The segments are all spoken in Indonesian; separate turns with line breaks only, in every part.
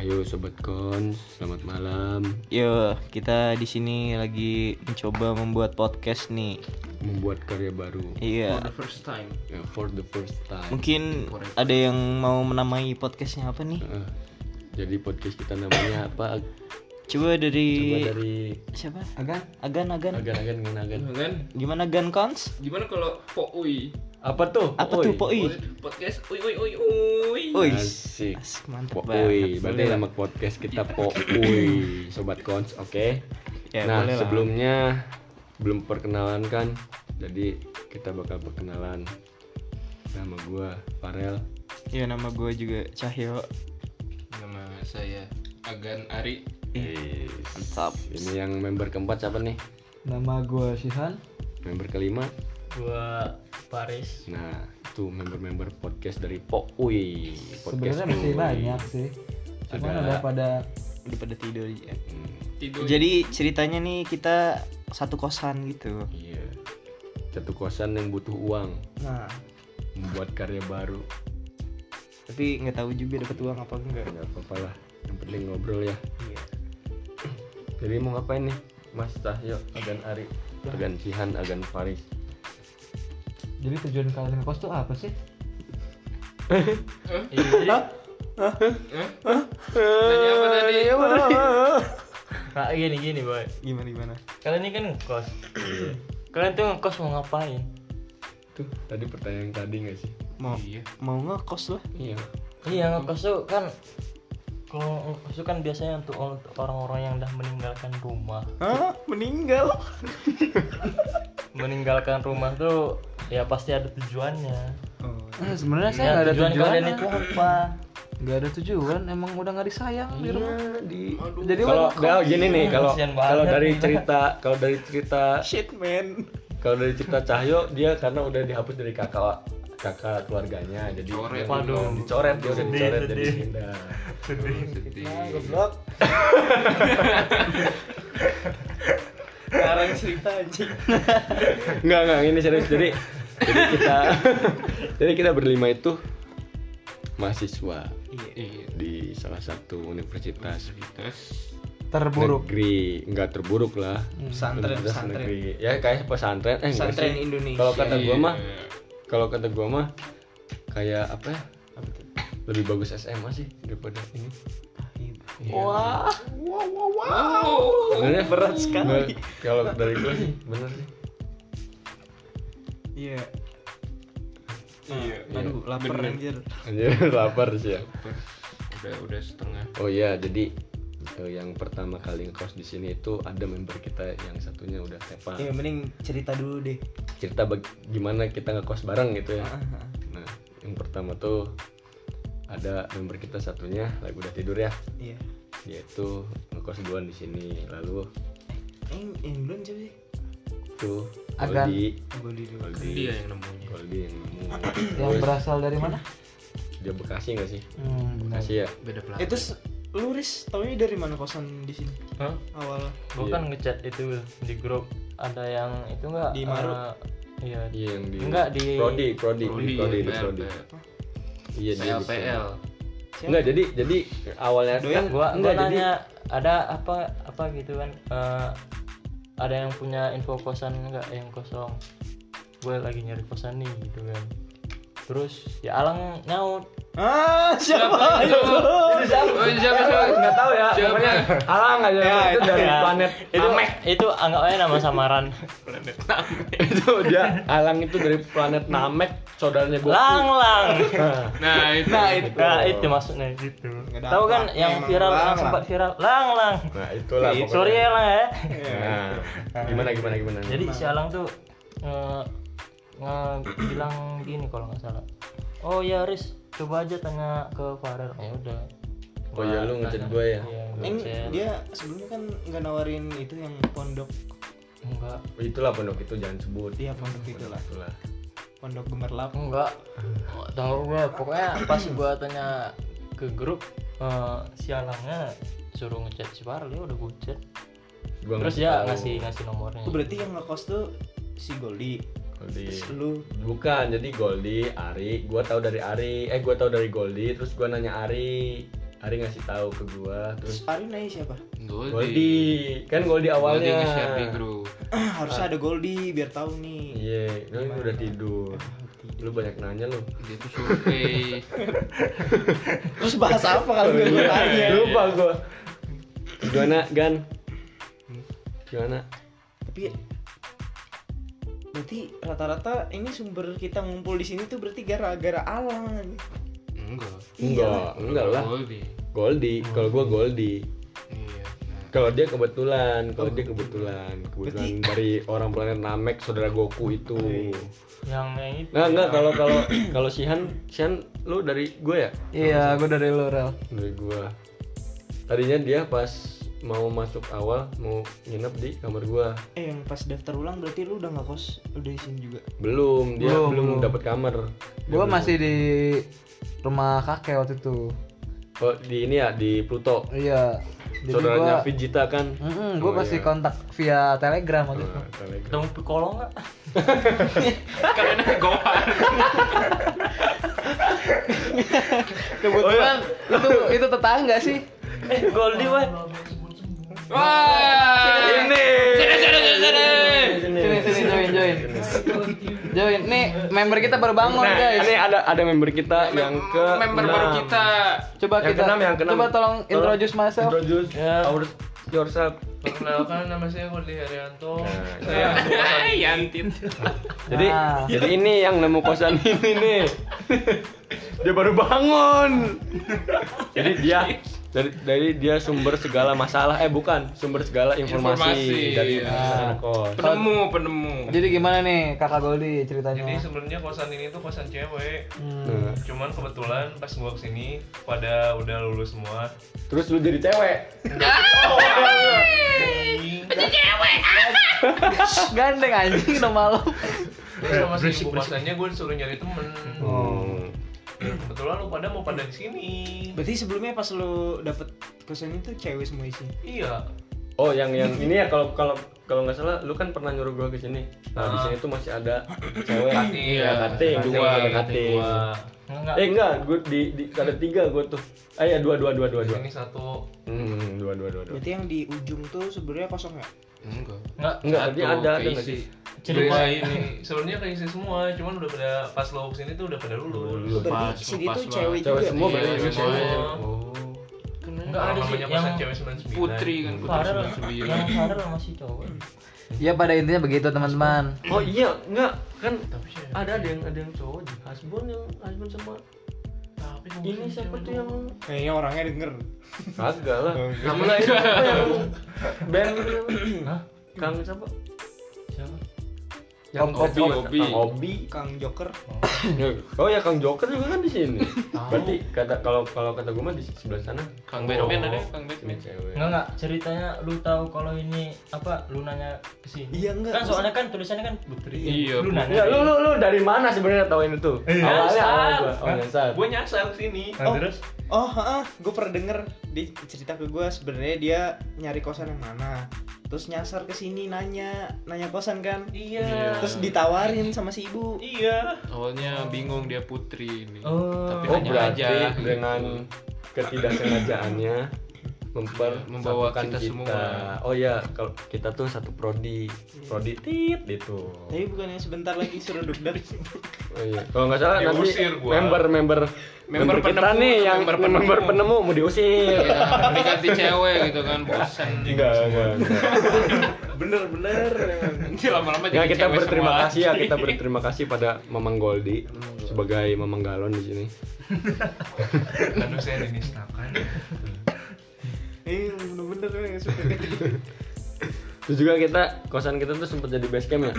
Yo sobat kon, selamat malam.
Yo, kita di sini lagi mencoba membuat podcast nih.
Membuat karya baru
Iya.
For the first time.
ya, for the first time.
Mungkin ada yang mau menamai podcastnya apa nih?
Eh, jadi podcast kita namanya apa?
Coba
Coba
dari
dari
siapa?
Agan.
Agan Agan.
agan-agan dengan agan.
Agan.
Gimana Gan Cons?
ya kan? Gimana kalau Poui?
Apa tuh?
Apa tuh Poi?
Podcast Ui Ui Ui Ui.
Oi.
Asik.
As- Mantap
Poi,
banget.
berarti nama podcast kita Poi, sobat kons, oke?
Ya,
nah
boleh lah.
sebelumnya belum perkenalan kan, jadi kita bakal perkenalan. Nama gua Farel.
Iya, nama gue juga Cahyo.
Nama saya Agan Ari.
Yes.
Mantap.
Ini yang member keempat siapa nih?
Nama gue Sihan.
Member kelima.
Gua Paris.
Nah, itu member-member podcast dari Poi.
Sebenarnya
Podcast
masih
Poi.
banyak sih. Cuman
Ada-
udah pada
Udah pada tidur ya.
Hmm,
Tidur.
Jadi ceritanya nih kita satu kosan gitu.
iya. Satu kosan yang butuh uang
nah
membuat karya baru.
Tapi nggak tahu juga dapat uang apa enggak.
Enggak apa-apa lah. Yang penting ngobrol ya.
Iya.
Jadi mau ngapain nih? Mas Cahyo, Agan Ari,
Ya.
Agan Sihan, Agan Faris.
jadi tujuan kalian ngekos tuh apa sih?
Iya,
Tanya apa tadi?
Nah, gini gini boy
Gimana gimana?
kalian ini kan ngekos Iya. kalian tuh ngekos mau ngapain
Tuh, tadi pertanyaan tadi nggak sih?
Mau
Iya.
mau ngekos loh.
Iya.
iya ngekos tuh kan kalau ngekos tuh kan biasanya untuk untuk orang-orang yang udah meninggalkan rumah
Hah? Meninggal.
meninggalkan rumah tuh ya pasti ada tujuannya
Oh.
Sebenarnya saya
Nah,
nggak ada
tujuan
tujuan.
kalian itu apa
Nggak ada tujuan. Emang udah nggak disayang di rumah.
di
Aduh.
Jadi
kalau
orang
kalau gini nih kalau
Kasian banget
kalau dari
nih.
cerita kalau dari cerita
Shit man.
kalau dari cerita Cahyo dia karena udah dihapus dari kakak kakak keluarganya jadi
Coret.
dia-
Waduh.
dicoret dia udah
Sedih,
dicoret jadi
sedih.
pindah
goblok
Sekarang cerita anjing.
enggak enggak ini serius jadi jadi kita jadi kita berlima itu mahasiswa
Iya.
Iya.
di salah satu universitas
Universitas.
Terburuk.
negeri enggak terburuk lah
Pesantren,
Universitas
pesantren.
negeri ya kayak pesantren eh enggak
Pesantren
sih.
Indonesia.
kalau kata gua
Iya.
mah kalau kata gua mah kayak apa ya lebih bagus SMA sih daripada ini Iya.
Wah,
Wow.
sebenarnya
berat
Nggak,
sekali.
Nah, kalau dari gua sih bener sih
Iya.
Iya.
Aduh, lapar
Bener.
anjir.
anjir lapar sih ya
Udah udah setengah.
oh iya jadi eh, yang pertama kali ngekos di sini itu ada member kita yang satunya udah tepa
Iya.
Ya mending cerita dulu deh.
cerita baga- gimana kita ngekos bareng gitu ya nah yang pertama tuh ada member kita satunya lagi udah tidur ya
Iya.
yaitu ngekos duluan di sini lalu
Yang yang duluan siapa sih?
tuh
Agan.
Goldi
Gue dulu.
Goldi
Dia yang nemunya.
Goldi yang nemu
Yang
Terus,
berasal dari mana?
dia Bekasi nggak sih
Hmm, benar.
Bekasi ya
Beda pelan.
Itu Eh, lu Riz, taunya dari mana kosan di sini?
Hah?
Awalnya.
gua
Iya.
kan ngechat itu Wil, di grup ada yang itu enggak
Di Maru?
iya
iya yang di
Enggak, di-
Prodi Prodi di
Prodi,
Prodi di
PLP.
Prodi iya dia di
PLPL.
Prodi. enggak jadi jadi awalnya
Kan gua, gua
enggak jadi
nanya ada apa apa gitu kan eh, ada yang punya info kosan nggak yang kosong gue lagi nyari kosan nih gitu kan terus ya alang nyaut
Ah, siapa?
itu?
Itu siapa?
Oh, siapa siapa?
nggak tahu ya
Siapa?
pokoknya alang aja itu dari
Ya,
planet
itu
Namek
itu anggapnya nama samaran
itu dia alang itu dari planet Namek saudaranya Goku
lang lang
Nah, itu.
Nah, itu.
nah itu maksudnya gitu
Nggak ada
tahu kan
apa-apa,
yang
emang
viral
lang,
yang sempat viral lang lang
nah itulah pokoknya
sorry ya lang ya
Iya.
nah gimana gimana gimana
jadi si Alang tuh nge, nge- bilang gini kalau nggak salah oh ya Riz coba aja tanya ke Farel ya udah
oh ya lu ngechat gue ya
Iya, gua
Yang
chat.
dia sebelumnya kan nggak nawarin itu yang pondok.
enggak
Oh, itulah pondok itu jangan sebut
Iya, pondok itulah.
itulah
Pondok Gemerlap.
enggak Oh, tahu gue pokoknya pas gue tanya ke grup eh, si Alangnya suruh ngechat si Farel ya udah gue chat
Gua
terus
ngasih
ya
tahu.
ngasih ngasih nomornya
Oh, berarti yang ngekos tuh si Goldi.
Goldi.
Iya.
Terus lu
Bukan, jadi Goldi, Ari, gua tahu dari Ari, eh gua tahu dari Goldi, terus gua nanya Ari. Ari ngasih tahu ke gua terus
Ari nanya siapa?
Goldi kan Goldi
Goldi
awalnya
nge-share di grup.
Ah, harusnya ada Goldie biar tahu nih.
Iya, lu
Gimana?
udah tidur. Lu banyak nanya lu.
Dia tuh survei.
Terus bahas apa
Oh,
kalau gue
iya.
nanya?
Lupa gua. Gimana, Gan? Gimana?
Tapi berarti rata-rata ini sumber kita ngumpul di sini tuh berarti gara-gara alam.
Enggak.
Enggak, enggak lah.
Goldi.
Goldi, kalau gua Goldi.
Iya. Nah,
Kalau dia kebetulan, kalau dia kebetulan, kebetulan dari orang planet Namek saudara Goku itu.
yang yang itu
Nah, enggak kalau kalau kalau Sihan, Sihan lu dari gue ya?
Iya, gue dari lu, Rel.
Dari gua. Tadinya dia pas mau masuk awal mau nginep di kamar gua.
Eh yang pas daftar ulang berarti lu udah nggak kos udah di sini juga.
Belum, dia
Belum,
belum,
belum.
dapat kamar. Dia
Gue
belum.
masih di rumah kakek waktu itu.
Oh, di ini ya di Pluto.
Iya. Jadi
Saudaranya
gua
Vegeta kan.
Mm gue
Oh,
pasti
iya.
kontak via Telegram waktu itu.
Nah, Telegram.
ketemu Piccolo nggak
karena gohan.
Kebetulan itu itu tetangga sih.
eh Goldi wah
Wah. Ini. Sini sini sini, sini.
Eh,
Sini sini join join. Join. Nih member kita baru bangun guys.
Nah, Ini ada ada member kita yang ke
Member baru
enam.
kita.
yang
Coba kita
keenam, yang keenam.
coba tolong introduce myself.
Introduce
Ya.
our yourself.
Perkenalkan nama saya Goldi Haryanto.
Nah,
Yantin.
Jadi
Nah.
jadi ini yang nemu kosan ini nih. dia baru bangun. jadi dia dari dari dia sumber segala masalah eh bukan sumber segala informasi,
Informasi,
dari
iya.
anak kos.
Penemu, penemu.
Jadi gimana nih Kakak Goldi ceritanya?
Jadi sebenarnya kosan ini tuh kosan cewek.
Nah,
Cuman kebetulan pas gua kesini pada udah lulus semua.
Terus lu jadi cewek.
Ah, Gandeng anjing nama lo.
Terus sama si ibu kosannya gue disuruh nyari temen.
Hmm.
Kebetulan lu pada mau pada di sini.
Berarti sebelumnya pas lu dapet kosan itu cewek semua isi.
Iya.
Oh, yang yang ini ya kalau kalau kalau nggak salah lu kan pernah nyuruh gua ke sini. Nah, di sini tuh masih ada cewek.
Kating.
Iya, kating.
Kating,
Dua,
kating,
kating.
dua.
enggak
Eh enggak, gua di, di ada tiga gua tuh. Ah iya, dua dua dua dua
Di
dua.
sini satu.
Hmm, dua dua dua dua.
Berarti yang di ujung tuh sebenarnya kosong ya?
Enggak.
enggak
Enggak, tadi
Satu,
ada ada
keisi.
nggak sih?
Jadi
Dua
gua-
Iya, ini sebenarnya keisi semua, cuman udah pada pas lo kesini tuh udah pada lulus.
Dulu.
Pas,
Berarti sini
pas
tuh
lah.
cewek
Cewek
juga.
semua
Iya,
berarti
cewek
semua.
semua.
Oh.
enggak ada
Orang
sih
namanya kosan
yang
cewek 99.
Putri kan
sadar
Putri
yang
99.
sadar masih cowok
Ya pada intinya begitu teman-teman.
Oh iya, enggak kan
Tapi cewek.
ada ada yang ada yang cowok di Hasbun yang Hasbun sama
Tapi gua
ini
bukan
siapa
cewek
tuh yang
Kayaknya orangnya denger. Oh, iya.
kagak lah. Namanya itu apa yang band itu yang- Kang siapa?
siapa
Yang
Op- op-
kopi,
op.
kopi. Kang Obi.
Kang Joker.
Oh ya Kang Joker juga kan di sini. Berarti kata kalau kalau kata gue mah di sebelah sana
Kang Batman ada, ya?
ini
Kang Batman.
cewek.
enggak enggak ceritanya lu tahu kalau ini apa lu nanya ke sini
Iya, enggak.
kan soalnya kan tulisannya kan putri
Iya,
lu nanya
Enggak, Ya, lu lu lu dari mana sebenarnya tahu ini tuh?
Eh,
Awalnya awal gua. Oh, nyasar.
Gue nyasar kesini.
Nah,
Oh.
terus
Oh, heeh, gue pernah denger dia cerita ke gue sebenarnya dia nyari kosan yang mana. Terus nyasar ke sini nanya, nanya kosan kan.
Iya.
Terus ditawarin sama si ibu.
Iya.
Awalnya bingung dia Putri ini.
Oh.
Oh,
Tapi nanya
berarti
aja.
dengan ketidaksengajaannya memper
Membawa
satukan
kita semua.
Oh ya, kalau kita tuh satu prodi, prodi tit gitu.
Tapi bukannya sebentar lagi suruh dugdar.
Oh, iya. Kalau nggak salah nanti
Diusir gua.
member-member member kita
penemu,
nih yang
member
member,
penemu. Iya.
penemu mau diusir.
Tapi ganti cewek gitu kan bosan.
enggak, enggak, enggak.
Bener-bener emang.
Nanti lama-lama
Ya
jadi
kita
cewek
berterima
semua.
kasih ya kita berterima kasih pada Mamang Goldi sebagai Mamang Galon di sini.
Aduh saya dinistakan.
Iya, bener-bener emang suka.
Terus juga kita kosan kita tuh sempat jadi base camp ya.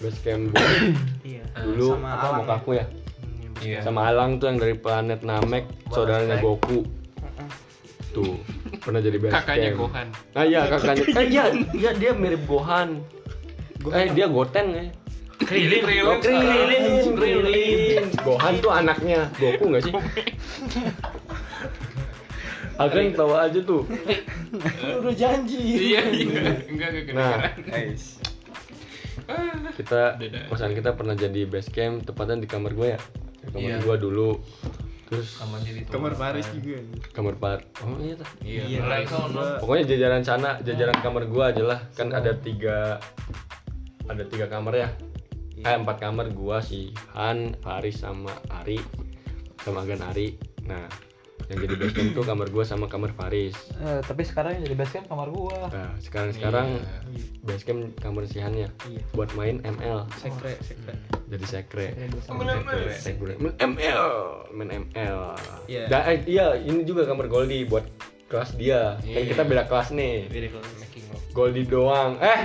base camp
Iya.
dulu
Sama
apa
Alang
mau kaku ya.
Iya.
Sama Alang tuh yang dari planet Namek, saudaranya Goku. Tuh, pernah jadi base
Kakaknya
camp.
Gohan.
Ah iya, kakaknya. Eh iya, iya dia mirip Gohan. Eh dia Goten ya.
Krilin,
Oh,
Iya,
Krilin, Krilin. Gohan tuh anaknya Goku nggak sih? Akan tawa aja tuh.
Lu udah janji.
Iya, iya. Enggak enggak
Nah,
kedengeran.
kita
Dadah.
kosan kita pernah jadi base camp tepatnya di kamar gue ya. Di kamar
Iya.
gue dulu. terus
sama jadi tuh
Kamar Paris juga.
kamar par oh iya tuh.
Iya,
Paris
mulai sono.
juga.
pokoknya jajaran sana jajaran kamar gua aja lah kan ada tiga ada tiga kamar ya
Iya.
eh empat kamar gua si Han Faris sama Ari sama Gan Ari nah yang jadi basement tuh kamar gua sama kamar Faris
Eh, tapi sekarang yang jadi basecamp kamar gua.
nah sekarang sekarang basecamp kamar si Han ya
Iya.
buat main ML
Sekre, sekre.
jadi sekre
Iya, Sekre dua sama.
Sekre. ML main ML
Iya.
Dah, eh, iya ini juga kamar Goldie buat kelas dia kan
Iya.
kita beda kelas nih
Beda kalau making of.
Goldie doang eh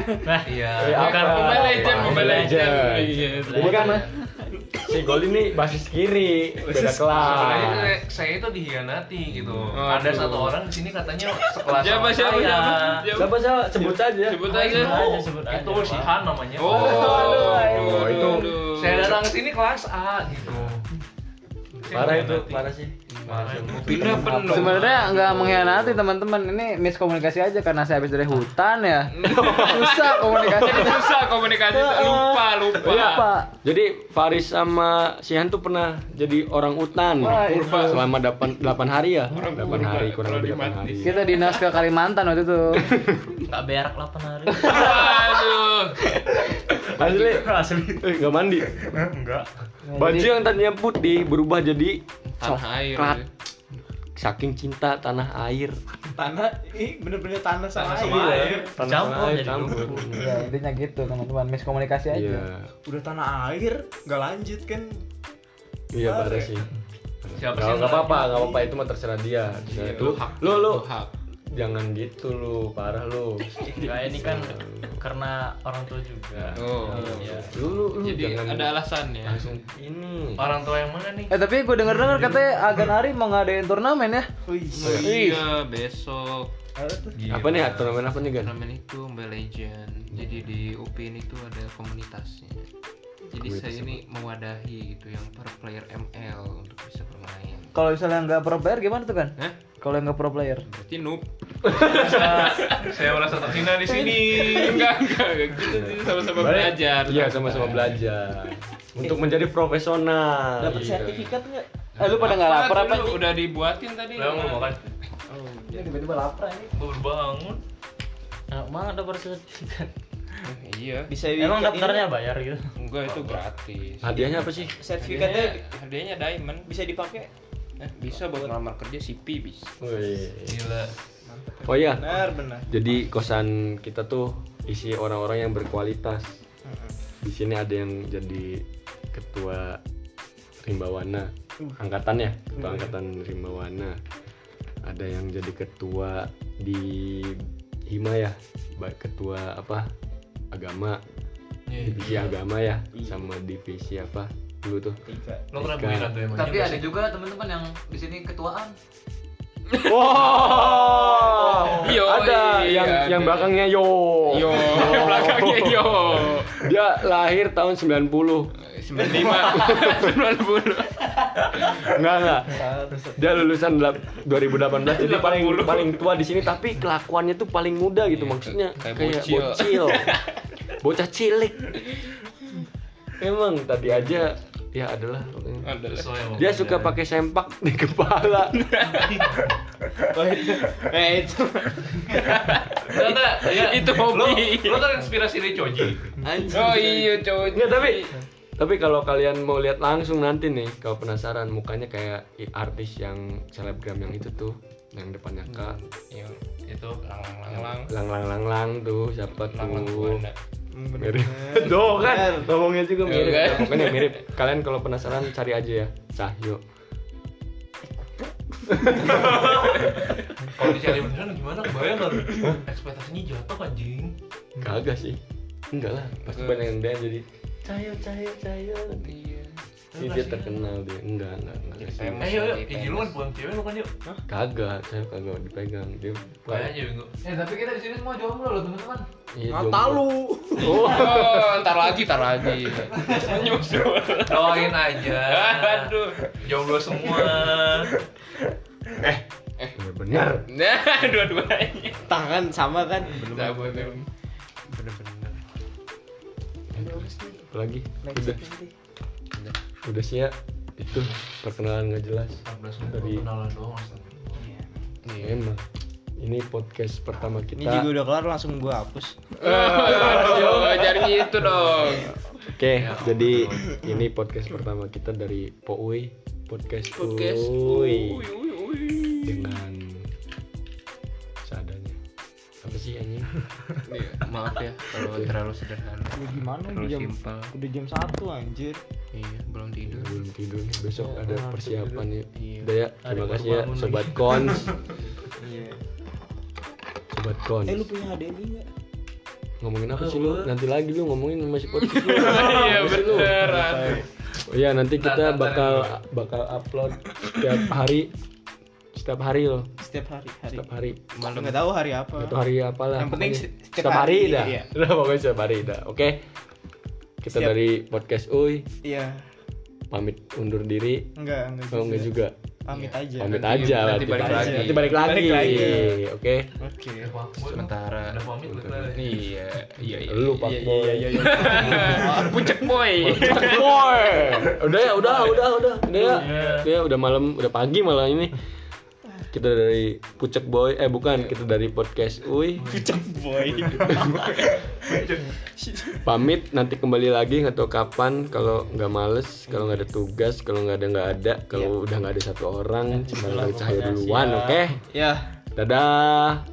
iya
Eh, apa?
Bukan Mobile Legend,
Apa?
Mobile Legend. Iya,
Jadi kan si Goldie nih basis kiri, beda
Nah,
Sebenarnya
kelas.
saya- saya itu dihianati gitu.
Aduh.
Ada satu orang di sini katanya sekelas
Siapa,
sama
siapa,
saya.
siapa? Siapa?
Siapa siapa sebut aja.
Sebut
Nah,
aja.
itu,
Aja, sebut aja,
itu
Pak.
si Han namanya.
Oh,
Aduh,
aduh,
aduh,
itu.
aduh.
Saya datang sini kelas A gitu. Saya
Parah itu,
dihianati.
parah sih.
Parah itu.
Pindah penuh.
Sebenarnya nggak mengkhianati teman-teman, ini miskomunikasi aja karena saya habis dari hutan ya. Susah komunikasi. Iya,
susah komunikasi lupa lupa
Lupa.
Jadi Faris sama Sihan tuh pernah jadi orang utan
Wah, itu.
Kurva. selama 8, hari ya. 8 hari kurang
kurva, kalau
lebih 8 hari.
dimati.
Kita dinas ke Kalimantan waktu itu.
tak berak 8 hari
aduh
Asli eh, gak mandi.
Enggak.
Baju yang tadinya putih berubah jadi
tanah air ya.
coklat. Saking cinta tanah air.
Tanah, ih bener-bener tanah sama
Tanah sama
air.
air.
Tanah
Campur
air,
jadi
campur.
Ya intinya gitu teman-teman, miskomunikasi aja.
Iya.
Udah tanah air, nggak lanjut kan?
Iya parah sih.
Siapa sih
Kalau
yang
nggak apa-apa, nggak apa-apa itu mah terserah dia. Terserah itu. Lu lu
Itu hak
jangan gitu lu, parah lu.
enggak ini kan karena orang tua juga
oh
Iya.
gitu. Lu lu
Hmm.
lu
jadi
jangan
ada ya. alasannya
langsung ini.
Orang tua yang mana nih?
Eh tapi gue denger dengar katanya Agan Ari mau ngadain turnamen ya.
Wih,
Oh, iya besok
ada tuh.
Apa nih turnamen apa nih, Gan?
turnamen itu Mobile Legend jadi di UPIN itu ada komunitasnya jadi
Komunitas
saya ini mewadahi gitu yang per player ML untuk bisa bermain
Kalau misalnya nggak pro player gimana tuh kan?
Hah?
Kalau yang nggak pro player.
berarti noob
Saya merasa terhina di sini.
enggak enggak enggak. kita
Iya.
sih sama-sama belajar
Iya, sama-sama belajar. Untuk menjadi profesional.
Dapat
Iya.
sertifikat nggak?
Eh lu pada nggak lapar apa?
dulu? udah dibuatin tadi
Lah mau makan.
Ini tiba-tiba lapar
ya.
ini.
Gua baru bangun. Ya,
enak banget dapet sertifikat
Eh, iya
Bisa
emang
ini-
daftarnya bayar gitu
enggak itu gratis
Hadiahnya apa sih?
sertifikatnya
Hadiahnya, hadiahnya diamond
bisa dipakai.
Eh, bisa buat ngelamar kerja CP bisa
Wih.
Gila.
Oh iya.
Benar, benar.
Jadi kosan kita tuh isi orang-orang yang berkualitas. Di sini ada yang jadi ketua Rimbawana angkatan ya, ketua angkatan Rimbawana. Ada yang jadi ketua di Hima ya, ba- ketua apa? Agama,
Iya,
divisi agama ya, sama divisi apa? Dulu tuh.
Tiga.
Lo pernah beli
Ikan.
ratu emang?
juga teman-teman yang di sini ketuaan.
Wow,
Yo,
ada
iya,
yang
ada.
yang belakangnya yo.
Yo, belakangnya yo.
Dia lahir tahun 90.
95
Enggak enggak.
Terus
Dia lulusan lap- 2018 jadi paling paling tua di sini tapi kelakuannya tuh paling muda gitu maksudnya
Iya, kayak
kayak,
bocil.
bocil. Bocah cilik. Emang tadi aja ya adalah
90. Adalah.
Sesuai sama
dia suka
pelajaran.
pakai sempak di kepala.
Oh, itu. Eh, itu.
Enggak, enggak, iya.
Itu
Lo,
hobi.
lo terinspirasi dari Choji.
Anjing.
Oh iya cowok.
Enggak tapi tapi kalau kalian mau lihat langsung nanti nih kalau penasaran mukanya kayak i- artis yang selebgram yang itu tuh yang depannya K
Iya, itu lang lang lang
lang lang lang lang tuh siapa
lang lang
tuh
Wanda.
Hmm, benar.
mirip doh
Bener.
kan ngomongnya juga
Iya,
mirip
kan?
Nah, pokoknya mirip kalian kalau penasaran cari aja ya cahyo
Kalau dicari beneran gimana? Kebayang nggak? lu? Ekspektasinya jatuh anjing.
kagak sih enggak lah pasti banyak yang DM jadi
cayo cayo cayo
Iya.
"Ih, dia terkenal dia enggak enggak enggak
Jadi
sih.
famous.
Eh yuk, yuk, IG lu kan bukan cewek lu kan yuk.
kagak saya kagak dipegang dia
Kayaknya minggu.
Eh tapi kita di sini semua jomblo loh teman-teman.
Iya,
Mata
jomblo.
lu.
oh
Oh, ntar lagi, ntar lagi. Nyusul.
Doain aja.
Aduh.
Jomblo semua.
bener Eh, bener
Nah, dua-duanya.
Tangan sama kan?
Nah, bener.
Bener-bener.
lagi udah udah siap itu perkenalan nggak jelas
14 menit
Dari-
gua kenalan doang astagfirullah.
emang ini podcast pertama kita
Ini juga udah kelar langsung gua hapus.
Yo, ngajar gitu dong.
oke jadi ini podcast pertama kita dari Poui podcast
Podcast.
Poui dengan seadanya apa sih anjing
Iya, Maaf ya kalau terlalu sederhana,
Ya gimana
terlalu
jam
simpel.
udah jam satu anjir.
Iya, belum
Ya,
tidur.
belum tidur nih besok
Ya,
ada
harus
persiapan ya
Iya.
udah ya terima
baru
kasih ya
bangun
sobat cons
Iya.
sobat cons
Eh lu punya HDMI enggak?
ngomongin apa sih lu nanti lagi lu ngomongin masih podcast lu
Iya
Apa sih lu?
beneran.
Oh iya nanti
Ntar,
kita
ntar,
bakal bakal upload setiap hari setiap hari loh
Setiap hari hari.
setiap hari
Malam enggak tahu hari apa.
satu hari apalah
Yang penting
pokoknya.
setiap
setiap hari
hari,
dah
iya.
udah pokoknya setiap hari dah oke kita
Siap.
dari podcast Uy
Iya,
pamit undur diri
enggak enggak.
kalau enggak Oh, juga Iya.
Pamit aja.
pamit
Iya. Nanti-
aja
nanti balik lagi.
nanti balik lagi,
Balik lagi.
oke
Oke.
Ya, Pak, gua
Sementara.
udah pamit lu kelar ya.
Iya, iya, iya.
lu pak boy
Puncak boy.
boy udah ya udah udah udah udah
Iya.
ya udah, ya, udah malam udah pagi malah ini kita dari Pucek Boy eh bukan kita dari podcast Uy
Pucuk boy.
pamit nanti kembali lagi nggak tahu kapan kalau nggak males kalau nggak ada tugas kalau nggak ada nggak ada kalau udah nggak ada satu orang cuma
itulah
Bang cahaya
pokoknya
duluan
siap.
oke
ya,
dadah